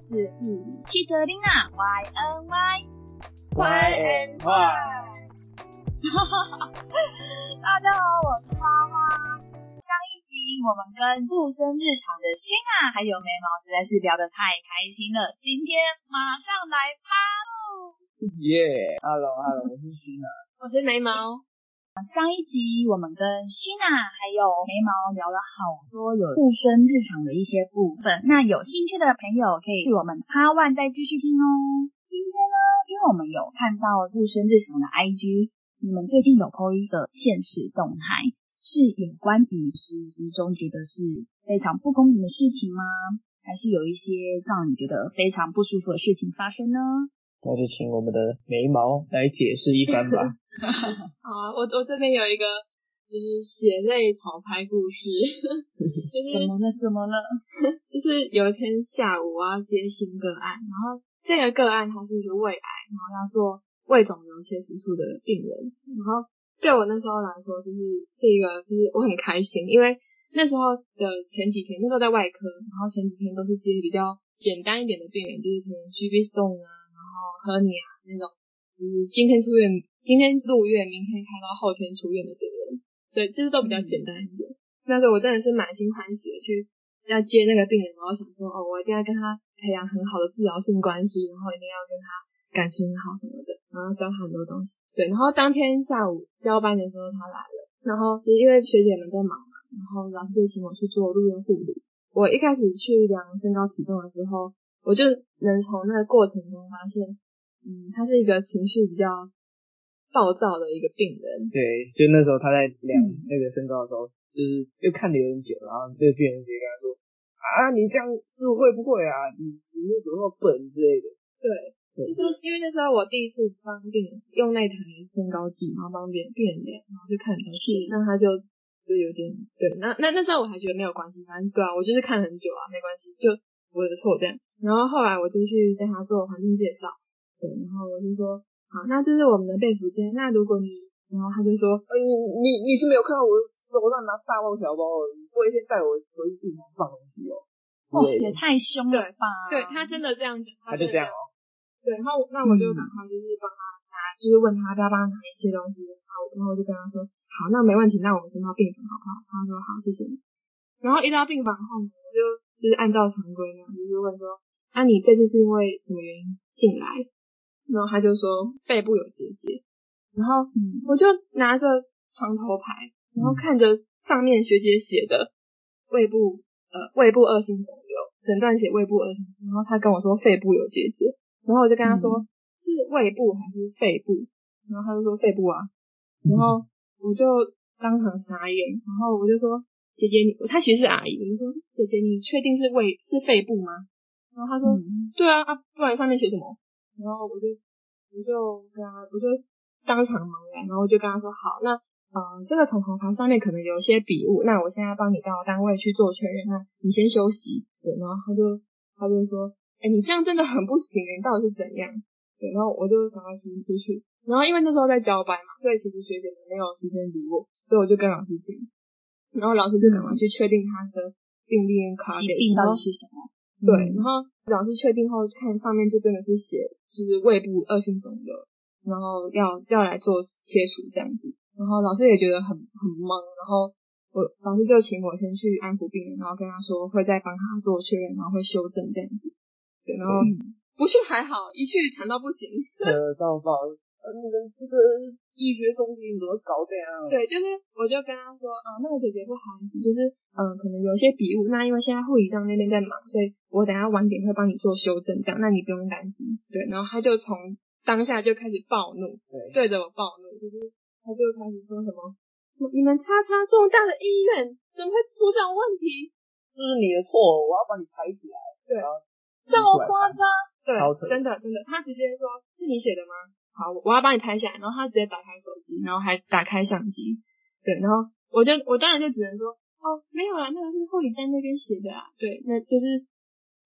是嗯，记得琳娜 Y N Y Y N Y。大家好，我是花花。上一集我们跟不生日常的轩啊，还有眉毛实在是聊得太开心了，今天马上来哦吧。耶、h e l l o Hello，我是徐娜。我是眉毛，上一集我们跟希娜还有眉毛聊了好多有不生日常的一些部分，那有兴趣的朋友可以去我们 Part One 再继续听哦。今天呢，因为我们有看到不生日常的 IG，你们最近有 PO 一个现实动态，是有关于实习中觉得是非常不公平的事情吗？还是有一些让你觉得非常不舒服的事情发生呢？那就请我们的眉毛来解释一番 吧。啊，我我这边有一个就是血泪讨拍故事，就是怎么了？怎么了？就是有一天下午我要接新个案，然后这个个案它是一个胃癌，然后要做胃肿瘤切除术的病人，然后对我那时候来说就是是一个就是我很开心，因为那时候的前几天那时候在外科，然后前几天都是接比较简单一点的病人，就是可能 g b stone 啊，然后 h e r n i 啊那种，就是今天出院，今天入院，明天开刀，后天出院的病人，所以就是都比较简单一点。那时候我真的是满心欢喜的去要接那个病人，然后想说哦，我一定要跟他培养很好的治疗性关系，然后一定要跟他感情好什么的，然后教他很多东西。对，然后当天下午交班的时候他来了，然后其实因为学姐们在忙嘛，然后老师就请我去做入院护理。我一开始去量身高体重的时候，我就能从那个过程中发现，嗯，他是一个情绪比较暴躁的一个病人，对，就那时候他在量那个身高的时候，就是就看的有点久，然后这个病人直接跟他说：“啊，你这样是会不会啊？你你是怎么那么笨之类的对，对就是因为那时候我第一次帮病人用那台身高计，然后帮别人病人量，然后就看得到去，那他就就有点对，那那那时候我还觉得没有关系，反正对啊，我就是看很久啊，没关系，就我的错这样。然后后来我就去跟他做环境介绍，对，然后我就说，好，那这是我们的被服间，那如果你，然后他就说，？”呃你你你是没有看到我手上拿大包小包，你不会先带我回去病房放东西哦？哦，之也类的太凶了吧！对他真的这样讲，他就这样哦。对，然后那我就赶快就是帮他拿，就是问他要不要帮他拿一些东西，然后然后我就跟他说，好，那没问题，那我们先到病房好不好？他说好，谢谢你。然后一到病房后呢，我就就是按照常规那样，就是问说，啊，你这次是因为什么原因进来？然后他就说背部有结节，然后嗯，我就拿着床头牌，然后看着上面学姐写的胃部呃胃部恶性肿瘤，诊断写胃部恶性肿瘤，然后她跟我说肺部有结节，然后我就跟她说、是胃部还是肺部，然后她就说肺部啊，然后我就当场傻眼，然后我就说姐姐你，她其实是阿姨，我就说姐姐你确定是胃是肺部吗？然后她说、嗯对啊，啊不然上面写什么？然后我就我就跟他，我就当场茫然，然后我就跟他说好，那呃这个从头牌上面可能有一些笔误，那我现在帮你到单位去做确认，那你先休息。对，然后他就他就说，哎、你这样真的很不行，欸你到底是怎样？对，然后我就赶快先出去，然后因为那时候在交班嘛，所以其实学姐们没有时间理我，所以我就跟老师讲，然后老师就赶快去确定他的病历跟卡点疾病到咯底是什么。嗯对，然后老师确定后看上面就真的是写就是胃部恶性肿瘤，然后要要来做切除这样子，然后老师也觉得很很懵，然后我老师就请我先去安抚病人，然后跟他说会再帮他做确认，然后会修正这样子，对，然后不去还好，一去惨到不行，扯到爆！呃，你们这个医学中心怎么搞这样？啊对，就是我就跟他说，啊、那个姐姐不好意思，就是嗯、呃可能有一些笔误，那因为现在护理站那边在忙，所以我等一下晚点会帮你做修正，这样，那你不用担心。对，然后他就从当下就开始暴怒，对，对着我暴怒，就是他就开始说什么，你们叉叉这么大的医院怎么会出这种问题？这是你的错，我要把你啊抬起来。然对后这么夸张？对超扯，真的真的，他直接说是你写的吗？好，我要帮你拍下来。然后他直接打开手机，然后还打开相机，对，然后我就我当然就只能说哦，没有啦，那个是护理站那边写的啊，对，那就是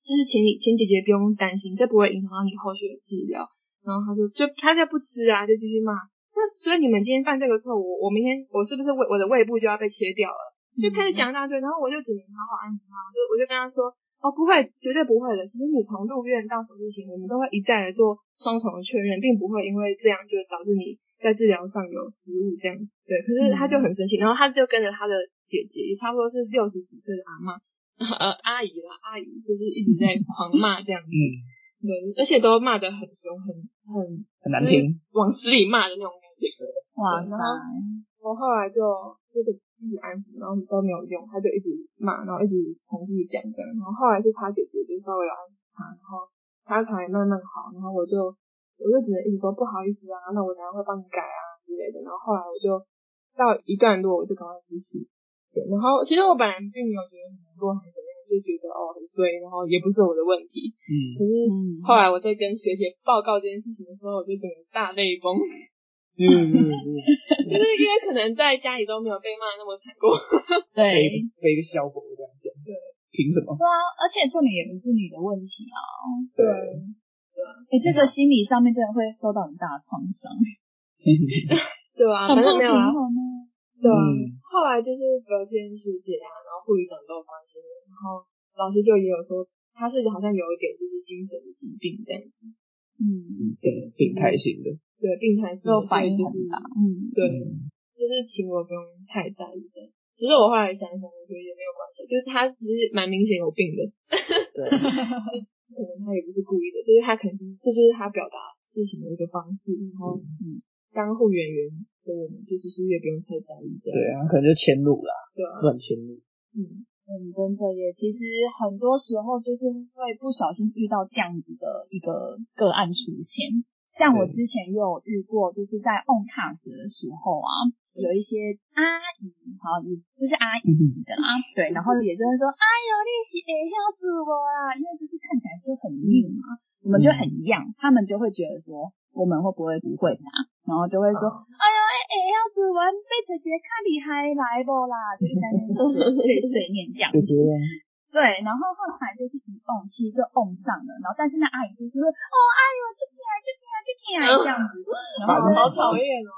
就是请你请姐姐不用担心，这不会影响到你后续的治疗。然后他就就他就不吃啊，就继续骂。那所以你们今天犯这个错误，我明天我是不是胃我的胃部就要被切掉了？就开始讲一大堆，然后我就只能好好安抚他，我就我就跟他说，哦，不会，绝对不会的。其实你从入院到手术前，我们都会一再的做双重的确认，并不会因为这样就导致你在治疗上有失误这样。对，可是他就很生气，然后他就跟着他的姐姐，也差不多是六十几岁的阿妈，呃，阿姨啦，阿姨就是一直在狂骂这样子，嗯，对，而且都骂得很凶，很很很难听，往死里骂的那种感觉。哇对塞然，后我后来就就是一直安抚，然后都没有用，他就一直骂，然后一直重复讲这样，然后后来是他姐姐就稍微有安抚他，然后他才慢慢好，然后我就我就只能一直说不好意思啊，那我等下会帮你改啊之类的，然后后来我就到一段落我就赶快出去，对，然后其实我本来并没有觉得很难过还是怎么样，就觉得哦很衰，然后也不是我的问题，嗯，可是嗯后来我在跟学姐报告这件事情的时候，我就整个大泪崩。 嗯嗯嗯，就是因为可能在家里都没有被骂那么惨过。被对，被一个小狗这样讲，凭什么？ 对啊，而且重点也不是你的问题啊，对，你这个心理上面真的会受到很大的创伤，对很啊，嗯反正不平没有啊。衡啊。对啊，嗯后来就是隔天学姐啊，然后护理长都有关心我，然后老师就也有说他是好像有一点就是精神疾病这样，嗯，挺挺开心的，对，病态是就反应就很是大，嗯，对，嗯就是请我不用太在意这样。其实我后来想一想，我觉得也没有关系，就是他其实蛮明显有病的，对，可能他也不是故意的，就是他可能就是这就是他表达事情的一个方式，然后嗯，当护理人员的我们就是其实也不用太在意这样，对啊，可能就迁怒啦，对啊，乱迁怒，嗯，嗯，真的耶。其实很多时候就是会不小心遇到这样子的一个个案出现。像我之对前也有遇过，就是在 on cast 的时候啊，有一些阿姨，好，也就是阿姨级的啦，对，然后也就会说，哎呦，练习也要自我啦，因为就是看起来就很硬嘛，我们就很一样，他们就会觉得说，我们会不会不会啦，然后就会说，哎呦，哎哎要自我，被姐姐看你还来不啦，就是在那边碎碎念这样就是子。对，然后后来就是一蹦，其实就蹦上了，然后但是那阿姨就是会，哦，哎呦，就起来，就起来，就起来啊这样子，然后烦好好讨讨厌哦，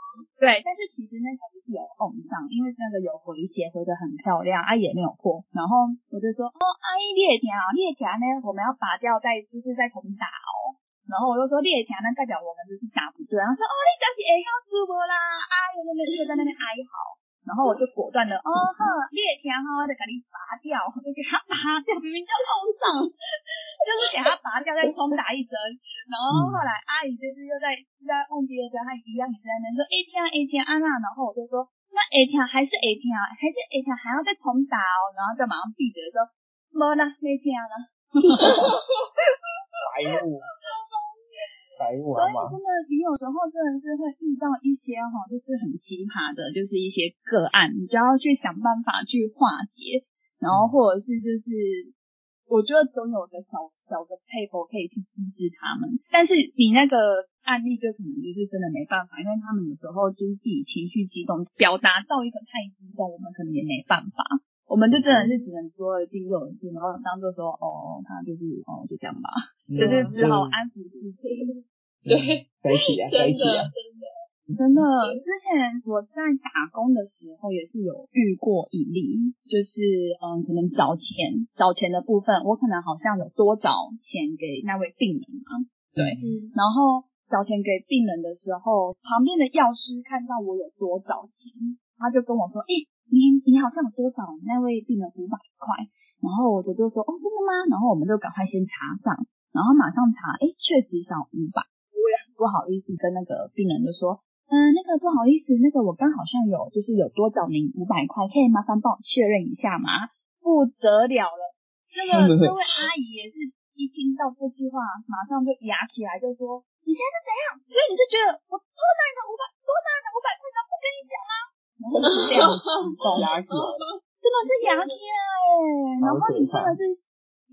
对，但是其实那时候就是有蹦上，因为那个有回血，回的很漂亮，啊也没有破，然后我就说，哦，阿姨裂条，裂条呢，啊我们要拔掉再就是再重打哦。然后我就说裂条，那代表我们就是打不对。然后说哦，你这是也要直播啦，哎呦，那边又在那边哀嚎。然后我就果断的，哦呵，裂条哈，我就给你拔掉，我就给它拔掉，明明就碰上， 就是给它拔掉，再重打一针。然后后来阿姨就是又在又在问第二针，她一样也是在那边说 A 天 A 天安娜，然后我就说那 A 天啊还是 A 天还是 A 天啊还要再重打哦，然后就马上闭嘴说没啦没啊天啦，白目，白目所好以吗真？的，你有时候真的是会遇到一些哈、就是很奇葩的，就是一些个案，你就要去想办法去化嗯解，然后或者是就是。我觉得总有个小小的 paper 可以去机制他们，但是你那个案例就可能就是真的没办法，因为他们有时候就是自己情绪激动，表达到一个太激动，我们可能也没办法，我们就真的是只能左耳进右耳出，然后当做说哦，他就是哦就这样吧， 就是只好嗯安抚自己。对，在一起啊，在一真起的啊，真的，真的，之前我在打工的时候也是有遇过一例，就是嗯，可能找钱，找钱的部分，我可能好像有多找钱给那位病人嘛，对，嗯，然后找钱给病人的时候，旁边的药师看到我有多找钱，他就跟我说：“诶、你你好像有多找那位病人五百块。”然后我就说：“哦，真的吗？”然后我们就赶快先查账，然后马上查，诶、确实少五百。我也很不好意思跟那个病人就说。嗯，那个不好意思，那个我刚好像有就是有多找您五百块，可以麻烦帮我确认一下吗？不得了了，这个这位阿姨也是一听到这句话，马上就牙起来，就说：“你现在是怎样？所以你是觉得我多拿你的五百，多拿你的五百块，他不跟你讲吗？”然后就这样激动，压起来，啊真的是牙贴哎、然后你真的是，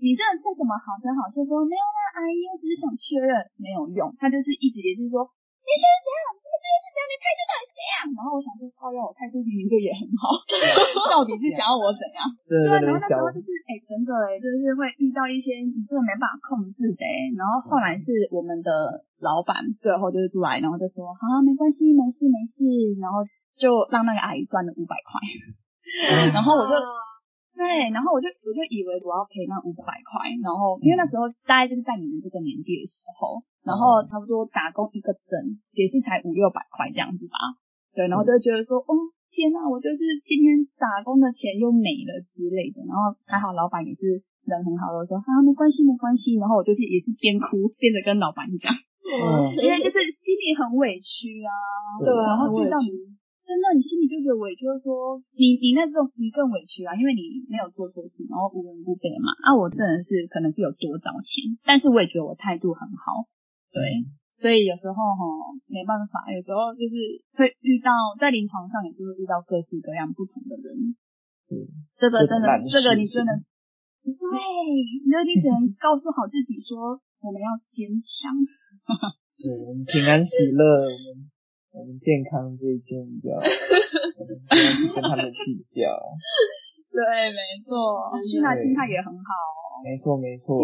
你真的再怎么好声好气说没有啦，阿姨，我只是想确认，没有用。他就是一直也是说，你觉得怎样？你觉得是怎样？你态度到底是怎样？然后我想说，靠，要我态度明明就也很好， 到底是想要我怎样？真对的啊，在然后那那边时笑候，就是，哎、真的哎、就是会遇到一些你真的没办法控制的哎、然后后来是我们的老板最后就是出来，然后就说，好、没关系，没事没 嗯事，然后就让那个阿姨赚了五百块。然后我就对，然后我就我就以为我要赔那五百块，然后因为那时候大概就是在你们这个年纪的时候，然后差不多打工一个整也是才五六百块这样子吧，对，然后就会觉得说，哦天呐，我就是今天打工的钱又没了之类的，然后还好老板也是人很好的，说啊没关系没关系，然后我就是也是边哭边着跟老板讲，嗯因为就是心里很委屈啊，对啊，然后看很委到屈。真的，你心里就觉得委屈，就是说你你那种你更委屈啊，因为你没有做错事，然后无缘无故被骂。啊，我真的是可能是有多糟心，但是我也觉得我态度很好，对，所以有时候哈没办法，有时候就是会遇到在临床上也是会遇到各式各样不同的人，嗯，这个真的各种烂这个你事真的情对，你就你只能告诉好自己说我们要坚强，对，我们嗯平安喜乐，我们我们健康这一件 比较，我们不要去跟他们计较。对，没错，真去的那心态也很好哦。没错没错，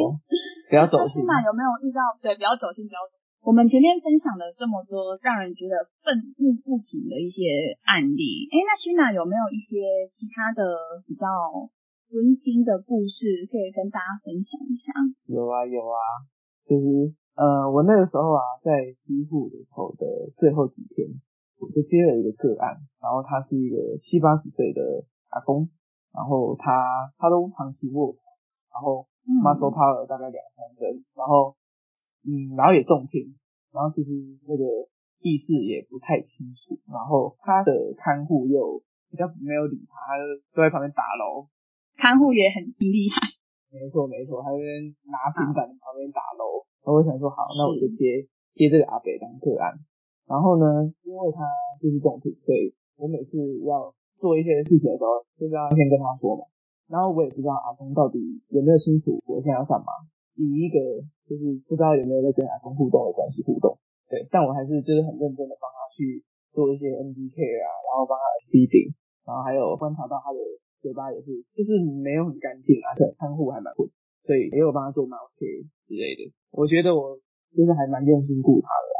不要走那心苏。玛有没有遇到？对，不要走心，不要走心。我们前面分享了这么多让人觉得愤怒不平的一些案例，哎，那徐娜有没有一些其他的比较温馨的故事可以跟大家分享一下？有啊有啊，就是呃，我那个时候啊，在基户的时候的最后几天，我就接了一个个案，然后他是一个七八十岁的阿公，然后他他都长期卧床，然后嗯 muscle power 大概两三根，然后嗯，然后也重听，然后其实那个意识也不太清楚，然后他的看护又比较没有理他，他就坐在旁边打哦楼，看护也很厉害，没错没错，他在那边拿平板在旁边打楼，然后我想说好，那我就接接这个阿北当个案。然后呢，因为他就是重病，所以我每次要做一些事情的时候，就是要先跟他说嘛。然后我也不知道阿公到底有没有清楚我现在要干嘛，以一个就是不知道有没有在跟阿公互动的关系互动。对，但我还是就是很认真的帮他去做一些 NDK 啊，然后帮他 feeding，然后还有观察到他的嘴巴也是，就是没有很干净啊，对，看护还蛮混，所以也有帮他做 mouse care 之类的。我觉得我就是还蛮用心顾他的啦。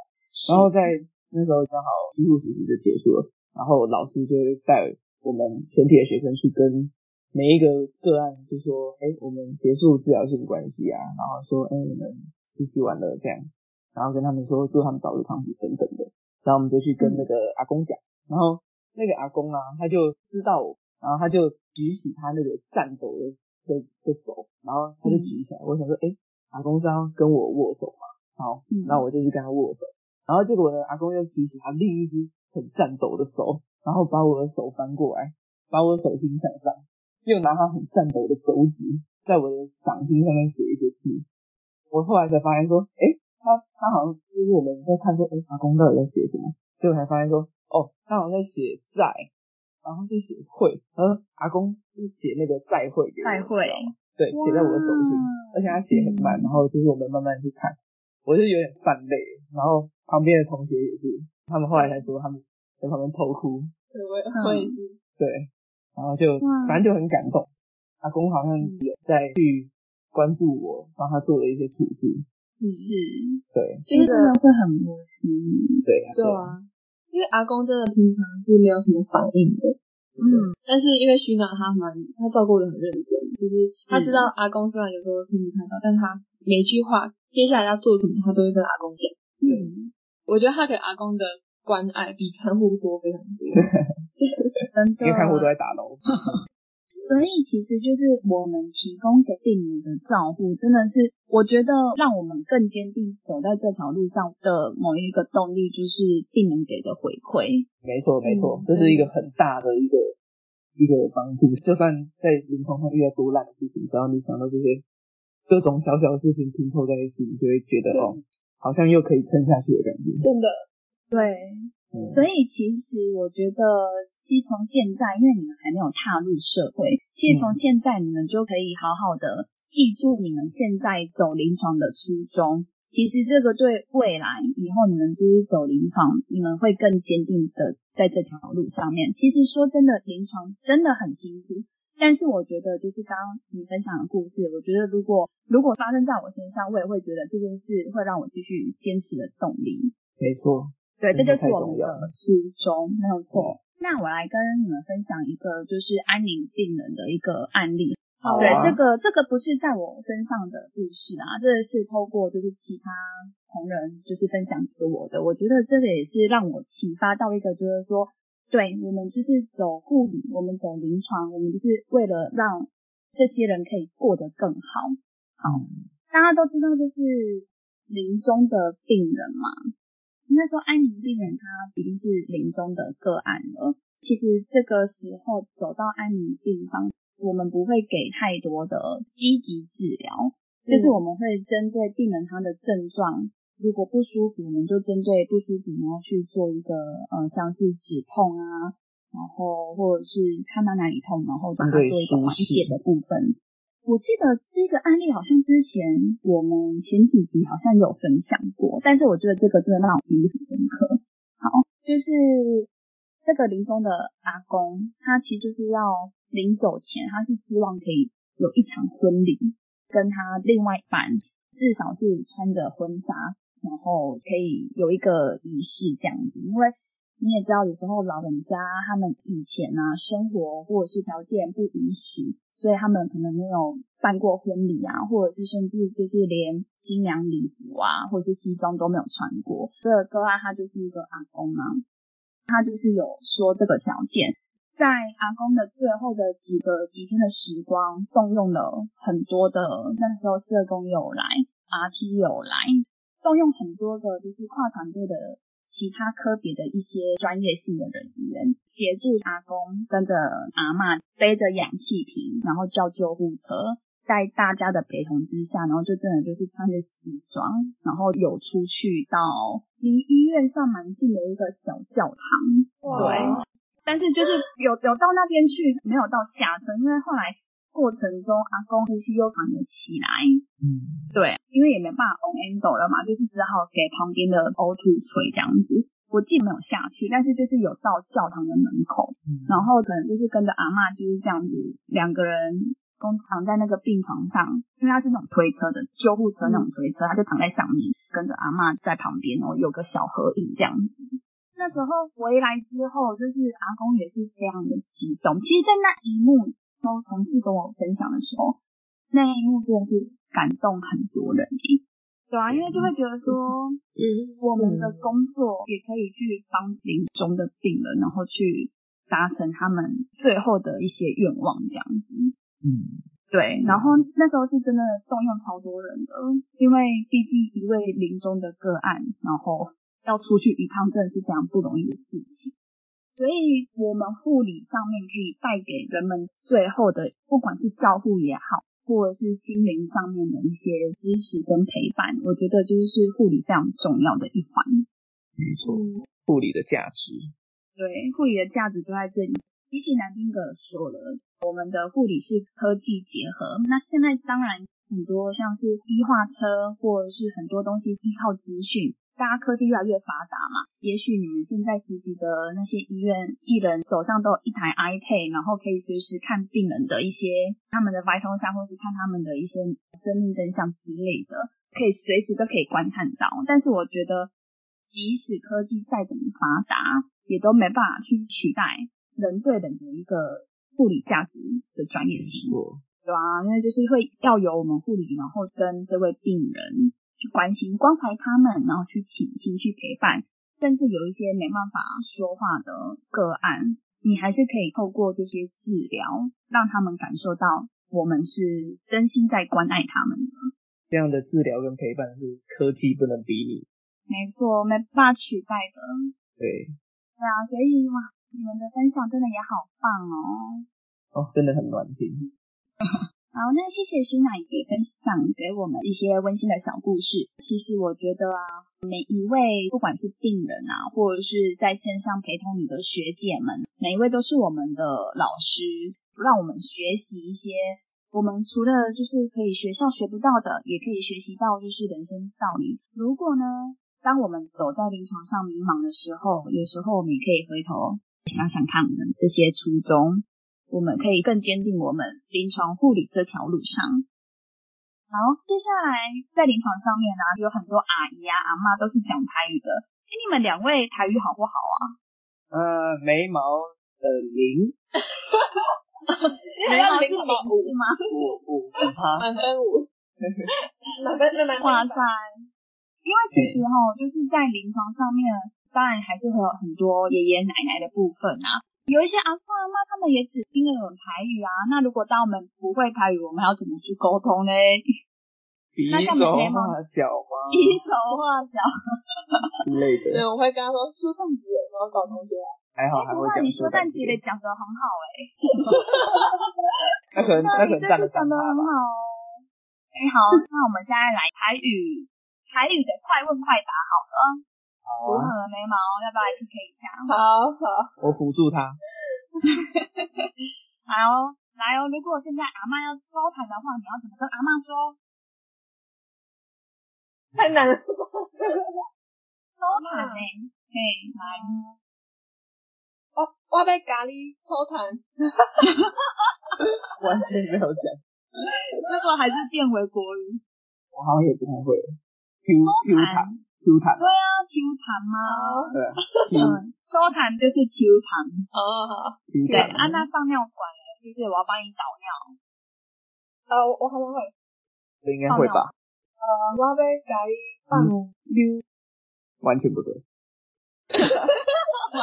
然后在那时候刚好几乎实习就结束了，然后老师就带我们全体的学生去跟每一个个案就说，哎，我们结束治疗性关系啊，然后说，哎，我们实习完了这样，然后跟他们说祝他们早日康复等等的。然后我们就去跟那个阿公讲，然后那个阿公啊，他就知道我，然后他就举起他那个颤抖的的的手，然后他就举起来，我想说，哎，阿公是要跟我握手嘛，好嗯，那我就去跟他握手，然后结果呢，阿公又举起他另一只很颤抖的手，然后把我的手翻过来，把我的手心向上，又拿他很颤抖的手指在我的掌心上面写一些字，我后来才发现说，哎，他他好像就是我们在看说，哎，阿公到底在写什么？结果才发现说，哦，他好像在写债，然后在写会，然后阿公是写那个债会给我，再会，对，写在我的手心，而且他写很慢，嗯然后就是我们慢慢去看，我就有点泛泪，然后旁边的同学也是，他们后来才说他们在旁边偷哭，对，我也我也是，对，然后就哇反正就很感动，阿公好像有在去关注我，帮他做了一些处置，是，对就是这真的会个很窝心。对啊对啊，因为阿公真的平常是没有什么反应的，嗯，但是因为徐娜她蛮她照顾的很认真，就是她知道阿公虽然有嗯时候听不太到，但她每一句话接下来要做什么，她都会跟阿公讲。嗯，我觉得她给阿公的关爱比看护多非常多。真因为看护都的。在打楼，所以其实就是我们提供给病人的照顾，真的是我觉得让我们更坚定走在这条路上的某一个动力，就是病人给的回馈。没错没错嗯，这是一个很大的一个一个帮助。就算在临床上遇到多烂的事情，只要你想到这些各种小小的事情拼凑在一起，你就会觉得对哦，好像又可以撑下去的感觉。真的，对，嗯、所以其实我觉得，其实从现在，因为你们还没有踏入社会，其实从现在你们就可以好好的记住你们现在走临床的初衷。其实这个对未来以后你们就是走临床，你们会更坚定的在这条路上面。其实说真的，临床真的很辛苦，但是我觉得，就是刚刚你分享的故事，我觉得如果如果发生在我身上，我也会觉得这件事会让我继续坚持的动力。没错，对，这就真的是太我重们要的了嗯初衷，没有错。那我来跟你们分享一个就是安宁病人的一个案例。好对，啊这个这个不是在我身上的故事啊，这是透过就是其他同仁就是分享给我的。我觉得这个也是让我启发到一个，就是说，对我们就是走护理，我们走临床，我们就是为了让这些人可以过得更好。好，嗯大家都知道就是临终的病人嘛，应该说安宁病人他已经是临终的个案了。其实这个时候走到安宁病房，我们不会给太多的积极治疗，就是我们会针对病人他的症状，如果不舒服，我们就针对不舒服，然后去做一个呃像是止痛啊，然后或者是看到哪里痛，然后把它对做一个舒缓适解的部分。我记得这个案例好像之前我们前几集好像有分享过，但是我觉得这个真的让我记忆很深刻。好，就是这个临终的阿公，他其实就是要临走前，他是希望可以有一场婚礼，跟他另外一半至少是穿着婚纱，然后可以有一个仪式这样子，因为。你也知道，有时候老人家啊他们以前啊，生活或者是条件不允许，所以他们可能没有办过婚礼啊，或者是甚至就是连新娘礼服啊，或者是西装都没有穿过。这个哥啊，他就是一个阿公啊，他就是有说这个条件，在阿公的最后的几个几天的时光，动用了很多的，那时候社工有来，RT 有来，动用很多的就是跨团队的其他科别的一些专业性的人员，协助阿公跟着阿嬷背着氧气瓶，然后叫救护车。在大家的陪同之下，然后就真的就是穿着西装，然后有出去到离医院上蛮近的一个小教堂，哇，但是就是有有到那边去，没有到下车，因为后来过程中阿公呼吸又喘了起来，嗯，对，因为也没办法 on endo 了嘛，就是只好给旁边的呕吐吹这样子。我既没有下去，但是就是有到教堂的门口，嗯然后可能就是跟着阿嬷就是这样子，两个人公躺在那个病床上，因为他是那种推车的救护车那种推车，他就躺在上面，跟着阿嬷在旁边，然后有个小合影这样子。那时候回来之后，就是阿公也是非常的激动。其实，在那一幕，都同事跟我分享的时候，那一幕真的是感动很多人诶、对啊，因为就会觉得说，嗯，我们的工作也可以去帮临终的病人，然后去达成他们最后的一些愿望，这样子。嗯，对，然后那时候是真的动用超多人的，因为毕竟一位临终的个案，然后要出去一趟，真的是非常不容易的事情。所以，我们护理上面可以带给人们最后的，不管是照护也好，或者是心灵上面的一些支持跟陪伴，我觉得就是护理非常重要的一环。没错，嗯护理的价值，对，护理的价值就在这里。伊西南丁格尔说了，我们的护理是科技结合。那现在当然很多像是医化车或者是很多东西依靠资讯，大家科技越来越发达嘛。也许你们现在实习的那些医院艺人手上都有一台 iPad，然后可以随时看病人的一些他们的 vital sign 或是看他们的一些生命真相之类的，可以随时都可以观看到。但是我觉得，即使科技再怎么发达，也都没办法去取代人对人的一个护理价值的专业性。错，对啊，因为就是会要由我们护理，然后跟这位病人去关心、关怀他们，然后去倾听、去陪伴，甚至有一些没办法说话的个案，你还是可以透过这些治疗，让他们感受到我们是真心在关爱他们的。这样的治疗跟陪伴是科技不能比拟，没错，没办法取代的。对，对啊，所以哇，你们的分享真的也好棒哦。哦，真的很暖心，好，那谢谢徐奶也分享给我们一些温馨的小故事。其实我觉得啊，每一位不管是病人啊，或者是在线上陪同你的学姐们，每一位都是我们的老师，让我们学习一些我们除了就是可以学校学不到的，也可以学习到就是人生道理。如果呢，当我们走在临床上迷茫的时候，有时候我们也可以回头想想看我们这些初衷，我们可以更坚定我们临床护理这条路上。好，接下来在临床上面呢、有很多阿姨啊、阿妈都是讲台语的。哎，你们两位台语好不好啊？呃，眉毛的零眉毛是零是吗？五五五趴，满分五，满分那满分哇一塞百！因为其实哈、就是在临床上面，当然还是会有很多爷爷奶奶的部分啊。有一些阿公阿妈他们也只听得懂台语啊。那如果当我们不会台语，我们要怎么去沟通呢？比那像手眉毛画哦 脚 吗比手画脚。之类没的，哦有，我会跟他说说蛋子，然后搞同学啊，还好还不会过哎讲你说蛋蛋姐的讲得很好哎、那可能那那你可这能占次了讲三得趴很好吧。哦。哎、好，那我们现在来台语，台语的快问快答好了，好如何啊，眉毛？要不要来 PK 一下？好好，我辅助他。来哦，来哦！如果现在阿妈要招谈的话，你要怎么跟阿妈说？太难了。招谈哎呢、嘿，来，我我被咖喱抽痰，完全没有讲，这个还是变回国语。我好像也不太会。Q Q 谈，弹 Q 弹对，啊，Q 谈吗？哦对啊 嗯，收谈就是 Q 谈。哦， ，Q 对，弹。啊，那放尿管呢就是我要帮你导尿。呃，我我好像会，这应该会吧？呃，我被咖喱放溜，完 全不对，放不是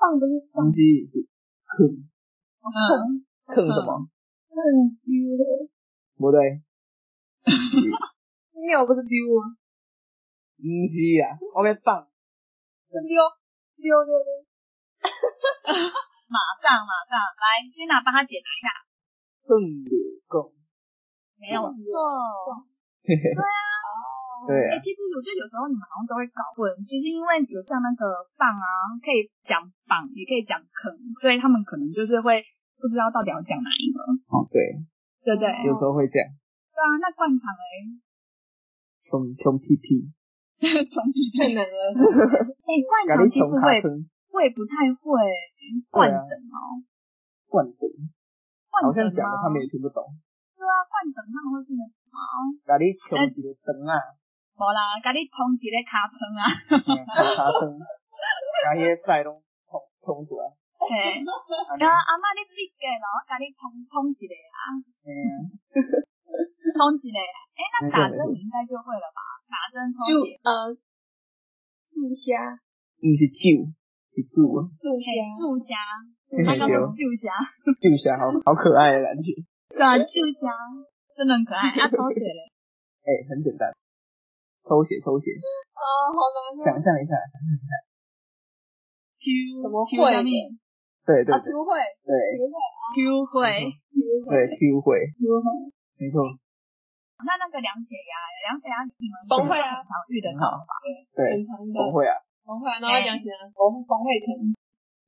放不是东西坑嗯，坑什么？放溜的，不对，尿不是溜吗？不是啊，我被放是溜溜溜溜，马上马上来，先拿帮他解答一下。更流共。 没有错。嘿嘿嘿啊对哎、啊，其实我觉得有时候你们好像都会搞混，就是因为有像那个棒啊，可以讲棒，也可以讲坑，所以他们可能就是会不知道到底要讲哪一个，哦对，对不对？有时候会这样，对啊，那灌肠哎，穷穷屁屁，从屁太屁，难了，哎、灌咖肠喱其实穷我也卡村我也不太会灌诊哦，灌顶，好灌像诊讲吗了？他们也听不懂。对啊，灌诊那会变成什么？咖喱穷一个灯啊，无啦，甲你通一个尻川 啊，卡卡村，把迄个屎拢冲冲出来。嘿，安尼然后阿嬷你闭个，然后甲你通通一个啊，嘿啊通一个啊，哎、那没错打没针错你应该就会了吧？打针抽血就呃注虾毋是酒，是酒啊，注嘿虾注虾，嘿他嘿刚对刚注虾，酒虾好好可爱的感觉。对啊，注虾真的很可爱。 啊，抽血嘞，哎、很简单，抽血抽血，啊，好难想啊，象一下，抽怎么抽会什么的对对啊，对球会对抽会。嗯球会对，Q 会，球会，没错，那那个量血压，量血压你们崩溃很啊，常遇得很到好，吧？对，很长的不会啊，崩溃啊，然后讲起来崩崩会疼，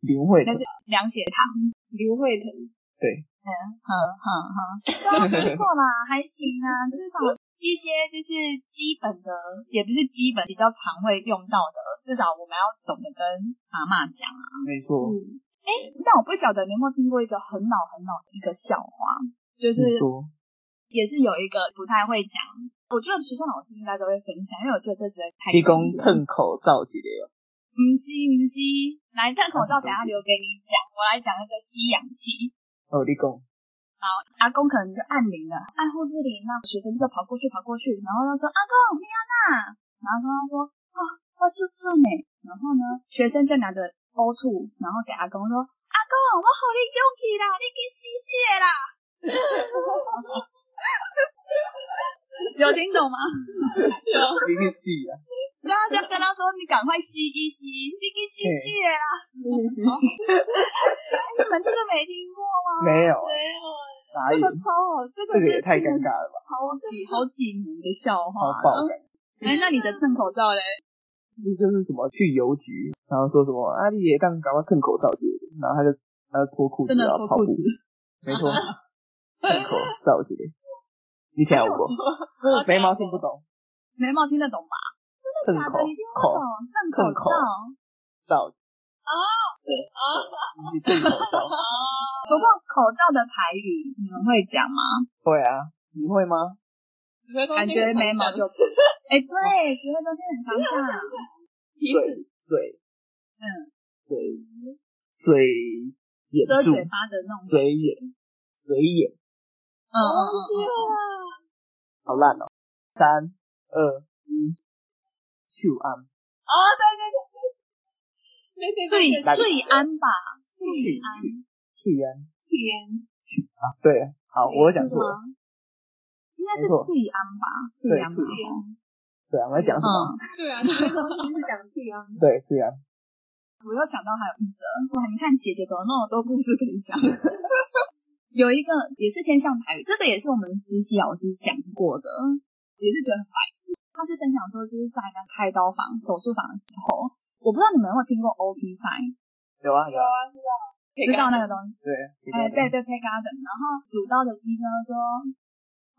林慧那是量血 糖，刘会疼，哼嗯哼哼，对啊，不错啦，还行啊，至少一些就是基本的，也不是基本，比较常会用到的，至少我们要懂得跟阿嬷讲啊。没错，嗯，但哎我不晓得你有没有听过一个很老很老的一个笑话，就是你说，也是有一个不太会讲，我觉得学校老师应该都会分享，因为我觉得这实在太你不讲喷口罩一个哦，是不是，来戴口罩，等一下留给你讲，我来讲那个吸氧气。哦，你讲，阿公可能就按铃了，按护士铃，那学生就跑过去跑过去，然后他说阿公米安娜，然后他说啊我就这呢，然后呢学生就拿着呕吐，然后给阿公说阿公我好你勇气啦，你去吸血啦， 有听懂吗？你去死啊，然后就跟他说：“你赶快吸一吸，你去吸血啊！你去 死，你们这个没听过吗？哎没有，没有，哪这个，有超好，这个这个也真的太是尴尬了吧，超 级好几年的笑好话爆了。感，哎，那你的蹭口罩嘞？这就是什么去邮局，然后说什么啊，你也当赶快喷口罩之类的，然后他就他就脱裤子真的然后脱跑裤步子，？没 错，喷口罩之类的，你听有 无？眉毛听不懂，眉毛听得懂吧？喷假口啊的，你听不口懂。蹭口罩，罩，啊， 你是喷口罩。不过口罩的台语你们会讲吗？会啊，你会吗？感觉 眉毛就……哎，对，学会中心很常讲。鼻嘴子嘴嗯，嘴嘴掩遮住，嘴巴的那种，嘴掩嘴掩，嗯嗯嗯忘记嗯，了嗯好烂哦！三二一，秀安，哦，对对对最对对对对对，最安吧，最去安，去去安天，啊，对，好，我讲错了，吗？应该是没错最安吧，最对安吧，翠安对啊，我在讲什么？嗯，对啊，对啊，我第一次讲去啊，对，去安，我又想到还有一则，哇，你看姐姐怎么那么多故事可以讲？ 有一个也是偏向台语，这个也是我们实习老师讲过的，也是觉得很白痴。他是分享说，就是在那开刀房、手术房的时候，我不知道你们有没有听过 OP 赛，有啊有啊，啊，知道，知道那个东西？对，哎，对对，Take Garden，然后主刀的医生就说，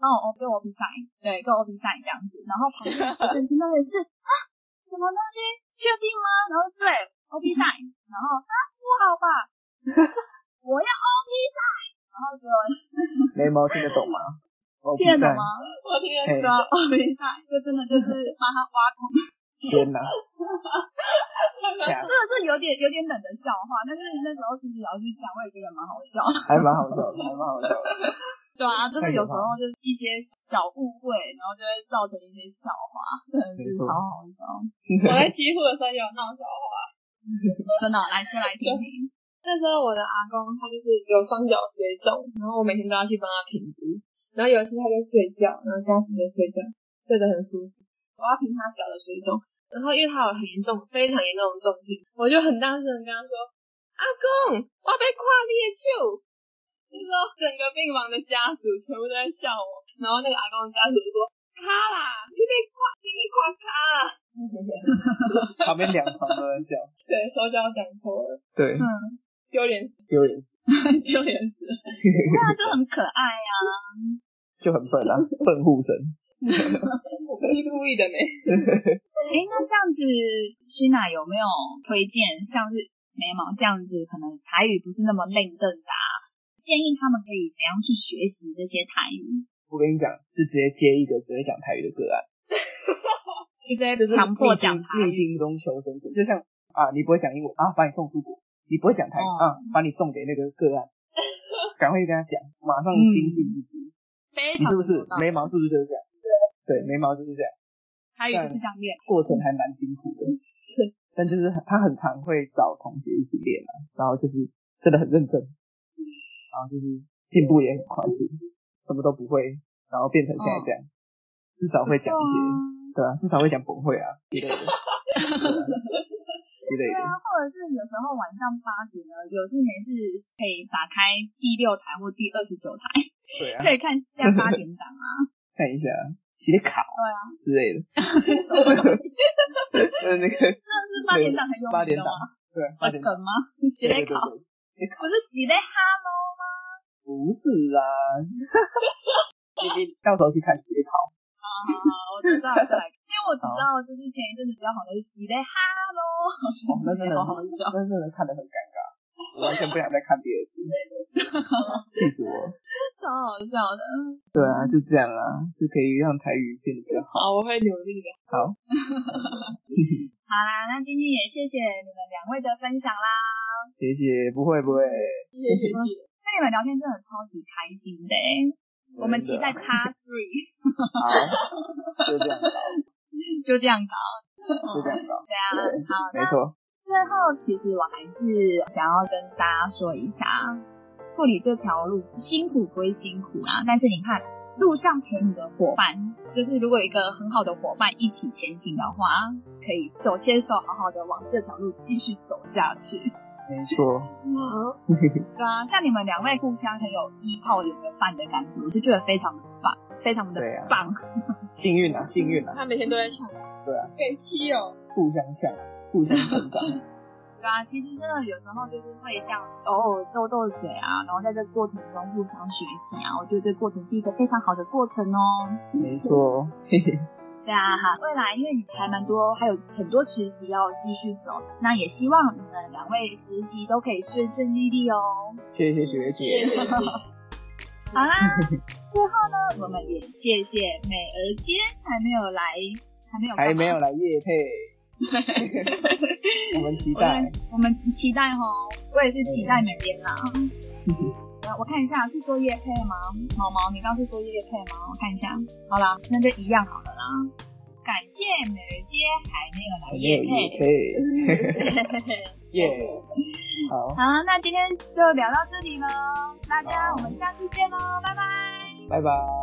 哦，我给我比赛，对，给我比赛这样子，然后旁边的学生听到也是啊，什么东西？确定吗？然后对，我比赛，然后啊，不好吧， 我要 OP 赛，然后就眉毛听得懂吗？哦听得懂啊吗？？我听比赛 嘿对啊，OP 赛就真的就是把他挖空，天哪，吓 这个是有点有点冷的笑话，但是那时候实习老师讲，我也觉得蛮好笑。 还蛮好笑的，还蛮好笑的。对啊，就是太可有时怕候了就是一些小误会，然后就会造成一些笑话，真的没是错超嗯好笑。我在几乎的时候也有闹笑话。真的，来说来听 听。那时候我的阿公他就是有双脚水肿，然后我每天都要去帮他评估。然后有一次他就睡觉，然后假死就睡觉，睡得很舒服。我要评他脚的水肿，然后因为他有很严重、非常严重的重病，我就很大声的跟他说：“阿公，我被跨裂球。”就是说整个病房的家属全部都在笑我，然后那个阿公的家属就说：“卡啦，你被跨，你被跨卡啦。旁边两旁都在笑，”对，手脚讲错了，对嗯，，丢脸死，有点 丢脸死。对啊，就很可爱呀、啊。就很笨啊，笨护神。我不是故意的呢。哎，那这样子，徐娜有没有推荐像是眉毛这样子，可能台语不是那么认真的、啊，建议他们可以怎样去学习这些台语？我跟你讲，就直接接一个只会讲台语的个案， 就直接就是强迫讲逆台境逆语。境中求生存，就像啊，你不会讲英文啊，把你送出国；你不会讲台语、哦啊，把你送给那个个案，赶快跟他讲，马上精进自嗯己，非你常是不是有道理眉毛是不是就是这样？对，眉毛就是这样，台语就是这样练，过程还蛮 辛苦的，但就是很他很常会找同学一起练啊，然后就是真的很认真，然后就是进步也很快速，什么都不会，然后变成现在这样，哦至少会讲一些。对啊，至少会讲崩会 啊之类的，之类对的。啊，或者是有时候晚上八点呢，有事没事可以打开第六台或第二十九 台，对啊，可以看一下八点档啊。看一下写考对啊，之类的， 什么东西呃， 那个真的是八点档很有名的八点档吗， 对啊，八点的梗吗？洗内对对考对对，不是洗内哈喽吗？不是啊，你你到时候去看写考，嗯好，我知道，再 来，因为我只知道就是前一阵子比较红的是洗内哈喽，哦那真的好好笑。那真的看得很尴 尬，我完全不想再看第二次，气死我。超好笑的。对啊，就这样啊，就可以让台语变得比较好。好，我会努力的。好，好啦，那今天也谢谢你们两位的分享啦，谢谢，不会不会，谢谢学姐。跟你们聊天真的超级开心的欸、我们期待 Part Three 好，就这 样搞，就这 样搞，就这样搞，对啊，好，没错。最后，其实我还是想要跟大家说一下，啊护理这条路辛苦归辛苦啦，但是你看路上陪你的伙伴，就是如果有一个很好的伙伴一起前行的话，可以手牵手好好的往这条路继续走下去。没错，好，对啊，像你们两位互相很有依靠、有个伴的感觉，我就觉得非常的棒，非常的对啊棒。幸运啊，幸运啊，他每天都在唱，对啊，被踢哦。互相向，互相成长， 对啊，其实真的有时候就是会这样偶尔斗斗嘴啊，然后在这过程中互相学习啊，我觉得这过程是一个非常好的过程哦。没错，嘿嘿，对啊，哈，未来因为你还蛮多，还有很多实习要继续走，那也希望你们两位实习都可以顺顺利利哦。谢谢学谢姐，谢学姐。好啦，最后呢，我们也谢谢美儿姐还没有来，还没有干嘛还没有来夜配， 我们期待。我们期待哈，我也是期待每天啦。嗯呃我我看一下是说叶配吗？毛毛，你刚是说叶配吗？我看一下，好啦，那就一样好了啦。感谢美人街还没有来叶没有也配可。以，耶，好， 好，那今天就聊到这里喽，大家好我们下次见喽，拜拜。拜拜。